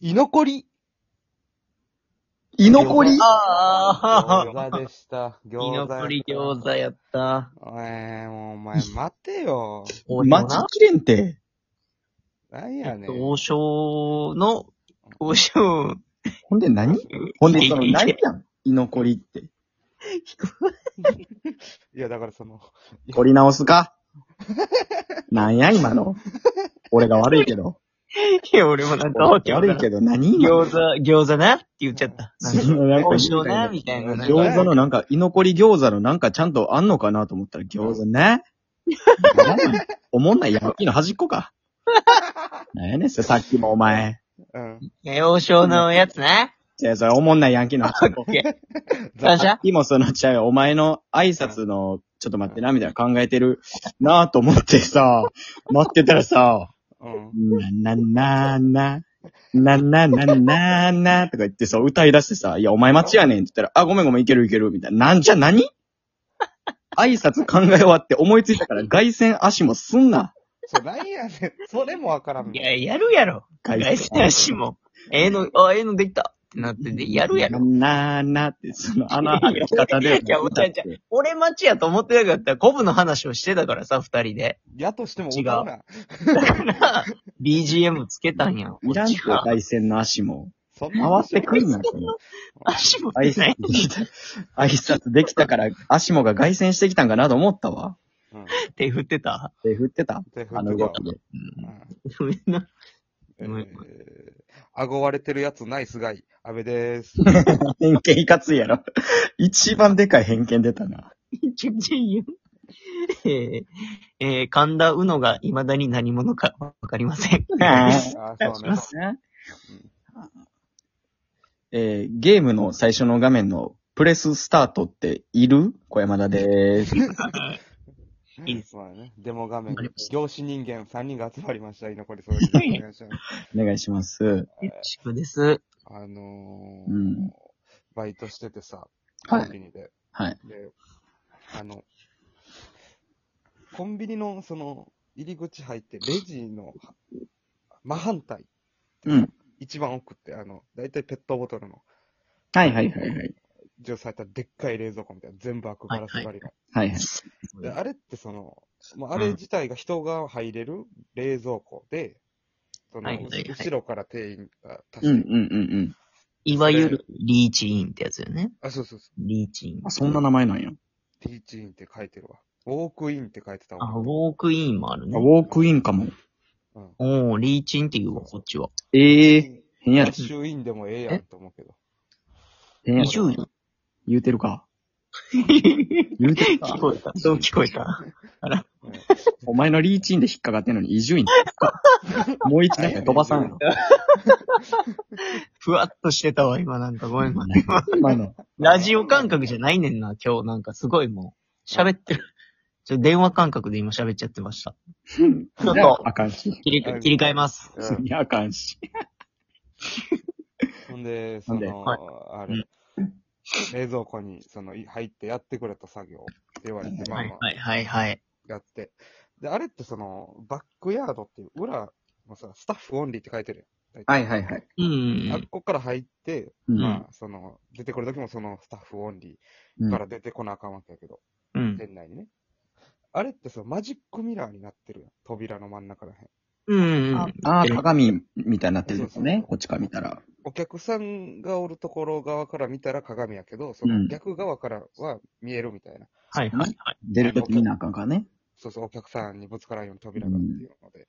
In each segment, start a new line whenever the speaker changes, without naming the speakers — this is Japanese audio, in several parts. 居残り。
居残り
あ
餃子でした。餃
居
子やった。
残り餃子やった。
えー、もうお前待てよ。
王将
待ち
な
きれんて。
なんやねん。
王将の、王 将、
ほんで何ほんでその何やん。 居残りって。
いや、だからその、
取り直すか なんや今の。俺が悪いけど。
いや、俺もなんか、
悪いけど何今の
餃子、餃子なって言っちゃった。なんか
そのなんか
王将な、みたいな。なんか
餃子のなんか、居残り餃子のなんかちゃんとあんのかなと思ったら餃子ね。 おもんないヤッキーの端っこか。 なんやねんそれさっきもお前。
うん。
いや王将のやつな。
じゃあそれおもんないヤンキーの端っこ。
感謝
今その、違うよ、お前の挨拶の、ちょっと待ってな、みたいな考えてるなぁと思ってさ、待ってたらさ、
うん。
な、な、な、な、な、な、な、な、な、とか言ってさ、歌い出してさ、いや、お前待ちやねんって言ったら、あ、ごめんごめん、いけるいける、みたいな。なんじゃ何挨拶考え終わって思いついたから、外線足もすんな。
そう、なんやねん。それもわからん。
いや、やるやろ。
外
外線足も。ええの、あ、ええのできたってなってて、やるやろ。
な、な、なって、その穴開け方で。
いやお茶ちゃ俺待ちやと思ってなかったら、コブの話をしてたからさ、二人で。
やとしても
違う
わからん。
だから、BGM つけたんや。
いらんと、
こっちが
外線の足も。
そん
回
な
ってくんな、それ
足も
挨
出ない
拶。できた、挨拶できたから、足もが凱旋してきたんかなと思ったわ。
うん。
手振ってた。
手振ってた
手振ってた
あの動きで。
ごめんな。
うん。えー、顎割れてるやつないすがい。安倍でーす。
偏見いかついやろ。一番でかい偏見出たな。
ちょちょいよ。えーえー神田うのが未だに何者かわかりませ
あ
ん。お願
ー、
い
そう
し
ね
ま。
えーゲームの最初の画面のプレススタートっている小山田でーす。
いいです
そうだね。デモ画面
わかりまし、
業種人間3人が集まりました。居残りそうです。お願いします。
お願いします。
よろしくです。
あのー
うん
バイトしててさ、コ
はい
ンビニで。
はい。
で、あの、コンビニのその、入り口入って、レジの真反対、
うん。
一番奥って、あの、だいたいペットボトルの、
はいはいはいはい。
ジュース入ったでっかい冷蔵庫みたいな、全部開くガラス張りの。
はいはい。
で、あれってその、もうあれ自体が人が入れる冷蔵庫で、その、
はいはいはい
後ろから店員が足
うん
し
うん
て、
うんうん。
いわゆるリーチインってやつよね。
あ、そうそうそ
リーチイン
あ、。そんな名前なんや。
う、ティーチインって書いてるわ。ウォークインって書いてた
あ、ウ
わ。
ォークインもある
あウ
ね。
ォークインかも。
うん。
おー、リーチインって言うわ、こっちは。
ええー。変やろ
キャッシュインでもええやんと思うけど。
変や
移
ろ
住やん。
言うてるか。
聞
言うてるか。
こえた。そう聞こえた。
うん
お前のリーチインで引っかかってんのに、伊集院ですかもう一段飛ばさんやろ。
ふわっとしてたわ、今なんかごめんごめん。
今の。
ラジオ感覚じゃないねんな、今日なんかすごいもう。喋ってる。ちょ、電話感覚で今喋っちゃってました。
じゃあ、あかんし。
切り
は
替、
い
切り替えます。
うん
いや、あかんし。
ほんで、そ
ほんで
の、
はい
あれ、冷蔵庫に、その、い入ってやってくれた作業って言われて、ま
は
あ
い
まあ、
はいはいはい。
やって。で、あれってその、バックヤードっていう、裏のさ、スタッフオンリーって書いてるやん。
はいはいはい。
う
あっ
ん。
こから入って、
うん
まあ、その、出てくる時もそのスタッフオンリ
う
ー
ん
から出てこなあかんわけやけど、
うん。
店内にね。あれってそのマジックミラーになってるやん。扉の真ん中らへん。
うん。
ああ、鏡みたいになってるんです
そう
ね
そ。う
こっちから見たら。
お客さんがおるところ側から見たら鏡やけど、そ
うん
の逆側からは見えるみたいな。
はいはいはい。
出るとき見なあかんからね。
そうそう、お客さんにぶつからんように扉がっていうので、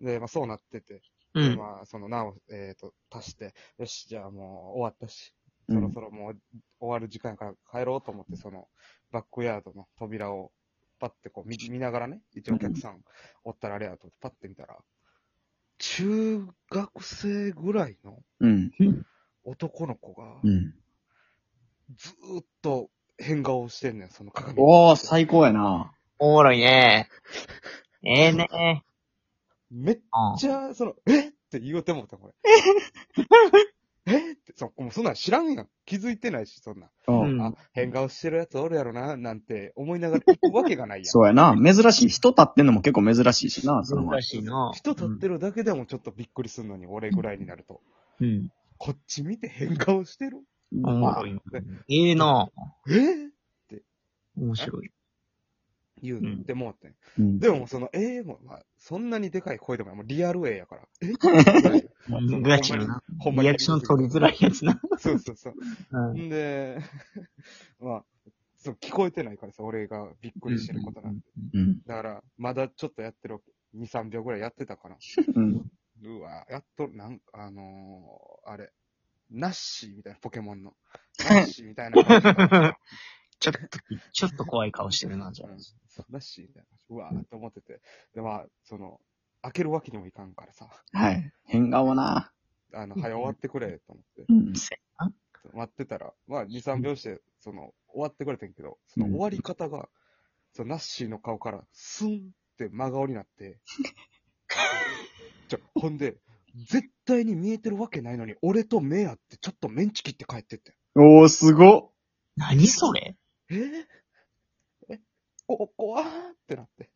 で、まあそうなってて、
う
で、
ん。
まあその名を、えっ、と、足して、よし、じゃあもう終わったし、
う
そろ
ん
そろもう終わる時間やから帰ろうと思って、そのバックヤードの扉をパッてこう見見ながらね、一応お客さんおったらあれやと思って、パッて見たら、中学生ぐらいの
うん。
男の子が
う、ん。
ずーっと変顔してんねん、その鏡に。
おー、最高やな。
おもろいね。ええね。
めっ
うん
じゃあ、その、えって言おうてもった、これ。えって、そ、もうそんなん知らんやん。気づいてないし、そんなん。
う。
うんん
あ、変顔してるやつおるやろな、なんて思いながら行くわけがないやん。
そうやな。珍しい。人立ってんのも結構珍しいしな、その前
難しいな。
人立ってるだけでもちょっとびっくりするのに、俺ぐらいになると。
うん。
こっち見て変顔してる
おもろいな。ええな
えー
面白い。
言
うん
うてもうてん。
うん
でももうその、ええも、まあ、そんなにでかい声でもない、もうリアルええやから。え
うんガチのな。
ほんまに
リアクション取りづらいやつな。
そうそうそう。
うん。
んで、 まあ、そう、聞こえてないからさ、俺がびっくりしてることなんて。
うん。
だから、まだちょっとやってるわけ。2、3秒ぐらいやってたから。
うん。
うわやっとる、なんか、あのー、あれ、ナッシーみたいな、ポケモンの。ナッシーみたいな感じだった
ちょっと、ちょっと怖い顔してるな、じゃ
うんそうナッシーみたいな。うわーって思ってて。で、まあ、その、開けるわけにもいかんからさ、
はい。変顔な。
あの、早終わってくれ、と思って。
うん
あ。。せやな
待ってたら、まあ、2、3秒して、その、終わってくれてんけど、その
うん
終わり方が、そのナッシーの顔から、スンって真顔になって、 ちょ、ほんで、絶対に見えてるわけないのに、俺と目合って、ちょっとメンチ切って帰ってって。
おー、すごっ。
何それ
ええお、怖ーってな って。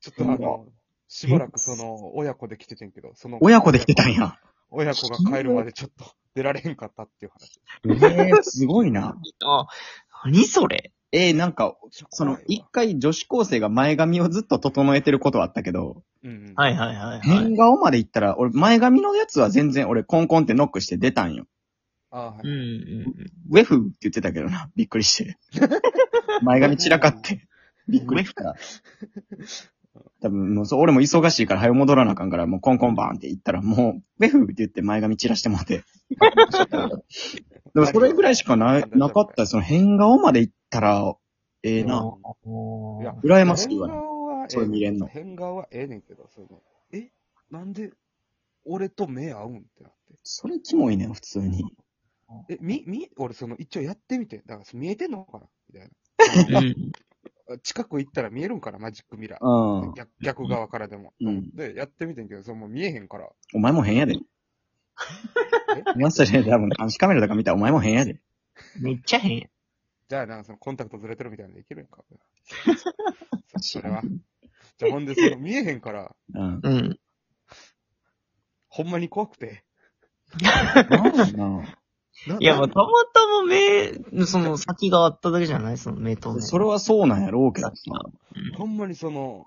ちょっとあの、しばらくその、親子で来ててんけど、その、
親子で来てたんや。
親子が帰るまでちょっと出られへんかったっていう話。
えー、すごいな。
あ、何それ
えー、なんか、その
怖、い
一
わ
回女子高生が前髪をずっと整えてることはあったけど、
うんうん。
はいはいはいはい。
変顔まで行ったら、俺、前髪のやつは全然俺、コンコンってノックして出たんよ。
あーはい
うんうん。
ウェフって言ってたけどな、びっくりして。前髪散らかって、びっくりした。多分、もうそう、俺も忙しいから、早う戻らなあかんから、もうコンコンバーンって言ったら、もう、ウェフって言って前髪散らしてもらって。でも、それぐらいしかな、なかった。その、変顔まで行ったら、ええ
うん
な。
おー
いや
羨ましいわ
変。顔はええ
それ見れんの
変顔はええねんけど、その、えなんで、俺と目合うんってなっ
それキモいねん、普通に。
て。え、み、み、俺その、一応やってみて。だから、見えてんのかなみたい
うん。
な。近く行ったら見えるんかなマジックミラー。
うん。
逆逆側からでも。
うん
で、やってみてんけど、そのもう見えへんから。
お前も変やで。マスターで多分監視カメラとか見たらお前も変やで。
めっちゃ変や。
じゃあ、なんかそのコンタクトずれてるみたいなんでいけるんか。そそれは。じゃあ、ほんで、その見えへんから、
うん。
うん。
ほんまに怖くて。
なんなんだろ
ない
や、まあ、
な
たまたま目、その先があっただけじゃないその目と
う
ね。
それはそうなんやろうけどさ。
ほんまにその、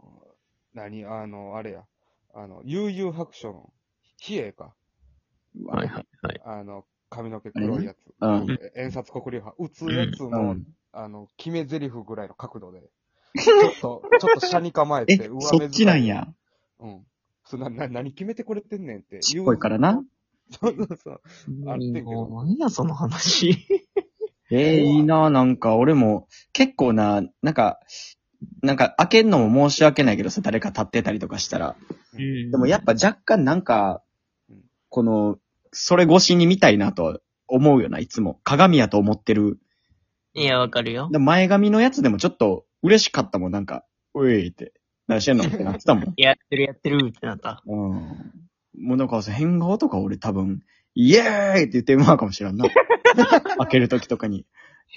何あの、あれや。あの、悠々白書の、比叡か。
うわ
はいはいはい。
あの、髪の毛黒いやつ。
あれね
え遠札黒竜派。打つやつの、
うん
あの、決め台詞ぐらいの角度で。 ちょっと、ちょっと車に構え
え
て、上、目
そっちなんや。
遣い。うん。そんな、な、何決めてくれてんねんって。
ちっこいからな。
言う。そうそうそう。あれって
もう、何やその話。
ええいいな、なんか俺も、結構な、なんか、なんか開けんのも申し訳ないけどさ、誰か立ってたりとかしたら。
うん
でもやっぱ若干なんか
うん、
この、それ越しに見たいなとは思うよな、いつも。鏡やと思ってる。
いや、わかるよ。
で前髪のやつでもちょっと嬉しかったもん、なんか、うえいって、何してんのってなってたも ん。
やってるやってるってなった。
うん。もうなんか、変顔とか俺多分、イエーイって言ってまうかもしらん な。開ける時とかに、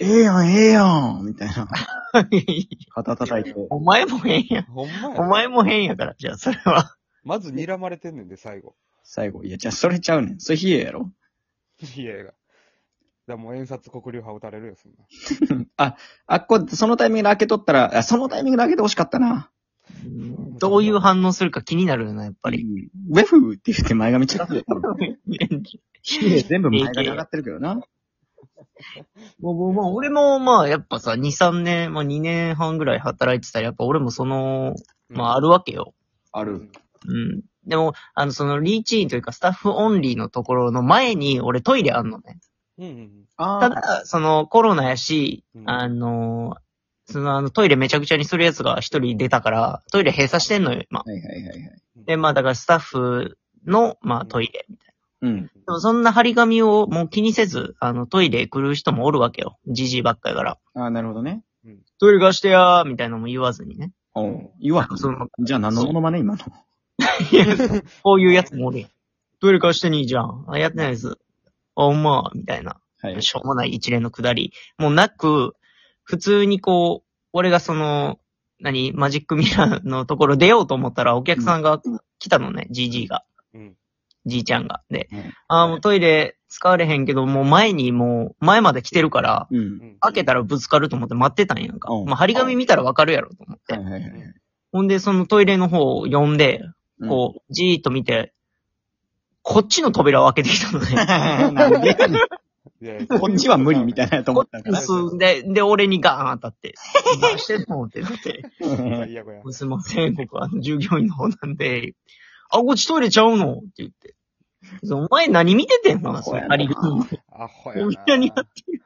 ええやん、ええやんみたいな。肩叩いて。
お前も変や。
ほんまや。
お前も変やから、じゃあ、それは。
まず睨まれてんねんで、最後。
最後、いや、じゃあそれちゃうねん。それ冷えやろ。
比叡が。だからもう遠札黒竜派打たれるよ、そんな。
あ、あっこ、そのタイミングで開けとったら、あそのタイミングで開けてほしかったな。
どういう反応するか気になるよな、やっぱ
う
り。
んウェフって言って前髪散 らすよ、多分。冷え全部前髪上がってるけどな。
もうもうまあ、俺もまあ、やっぱさ、2、3年、まあ2年半ぐらい働いてたら、やっぱ俺もその、まああ
る。
るわけよ。
あ
あ
る。。
うん。でも、あの、その、リーチインというか、スタッフオンリーのところの前に、俺トイレあんのね。
うんうん。
あ
た
あ、
だ、その、コロナやし
う、ん
あの、その、あの、トイレめちゃくちゃにするやつが一人出たから、トイレ閉鎖してんのよ、今。
はいはいはいはい。
で、まあ、だからスタッフの、まあ、トイレ。
うん。
でも、そんな張り紙をもう気にせず、あの、トイレ来る人もおるわけよ。じじいばっかやから。
ああ、なるほどね。
トイレ貸してやー、みたいなのも言わずにね。
おう言わん
そ の、
じゃあ何のモノマネ今の。
いやこういうやつもおるやん。トイレ貸してにいいじゃん。あ、やってないです。あ、ほんま、みたいな。
はい。
しょうもない一連のくだり。もうなく、普通にこう、俺がその、何、マジックミラーのところ出ようと思ったら、お客さんが来たのね、GG が。
うん。
じいちゃんが。で、
うん
ああ、もうトイレ使われへんけど、もう前にもう、前まで来てるから、
うん。
開けたらぶつかると思って待ってたんやんか。
うん
まあ、張り紙見たらわかるやろと思って。
はいはいはい。
ほんで、そのトイレの方を呼んで、こう、じーっと見て、こっちの扉を開けてきたのね。
うん。なんでやねん
た
こっちは無理みたい
い
なやと思
こ
ったん
っ
か
ちに
な。
進んで、で、俺にガーン当たって、何してんのってなって、
な。最悪や。
すいません、僕、あの、従業員の方なんで、あ、こっちトイレちゃうのって言って。そうお前何見ててんの
そ
そうれ
やな
ありがとう
アホや
こ
な。
んなにやってる。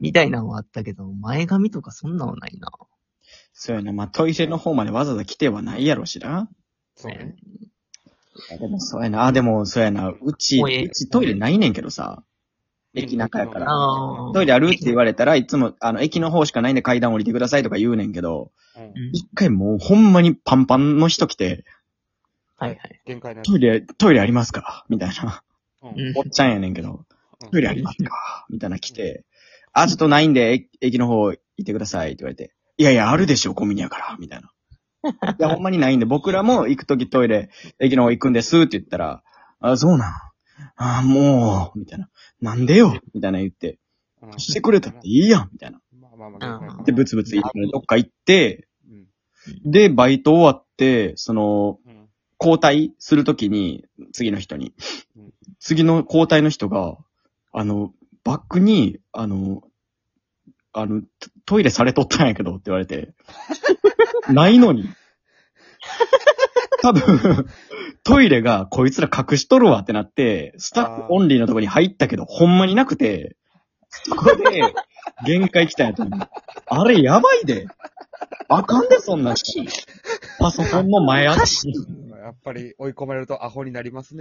みたいなのはあったけど、前髪とかそんなのないな。
そうやな。まあ、トイレの方までわざわざ来てはないやろしな。
そうね。
でもそうやな。あ、でもそうやな。うち、
おいう
ちトイレないねんけどさ。駅中やから。
あー
トイレあるって言われたらいつも、あの、駅の方しかないんで階段降りてくださいとか言うねんけど、
うん
うん
一回もうほんまにパンパンの人来て、
はいはい。
限界なやつ
トイレ、トイレありますかみたいな。
うん
うん
おっちゃんやねんけど、トイレあり
うん
ますかみたいな来て、あ、ちょっとないんで、駅駅の方行ってくださいって言われて、いやいや、あるでしょ、コンビニやから、みたいな。いや、ほんまにないんで、僕らも行くときトイレ、駅の方行くんですって言ったら、あ、そうなん。あ、もう、みたいな。なんでよ、みたいな言って、
うん
してくれたっていいやん、みたいな。
まあまあまあ限界やな。
で、ブツブツ言って、どっか行って、
うん。
で、バイト終わって、その、
うん。
交代するときに、次の人に
うん、
次の交代の人が、あの、バックに、あの、あの、トトイレされとったんやけどって言わ れて、ないのに。多分、トイレがこいつら隠しとるわってなって、スタッフオンリーのとこに入ったけど、ほんまになくて、そこで、限界来たんやと思う。あれやばいで。あかんで、そんな。パソコンの前足。
やっぱり追い込まれるとアホになりますね。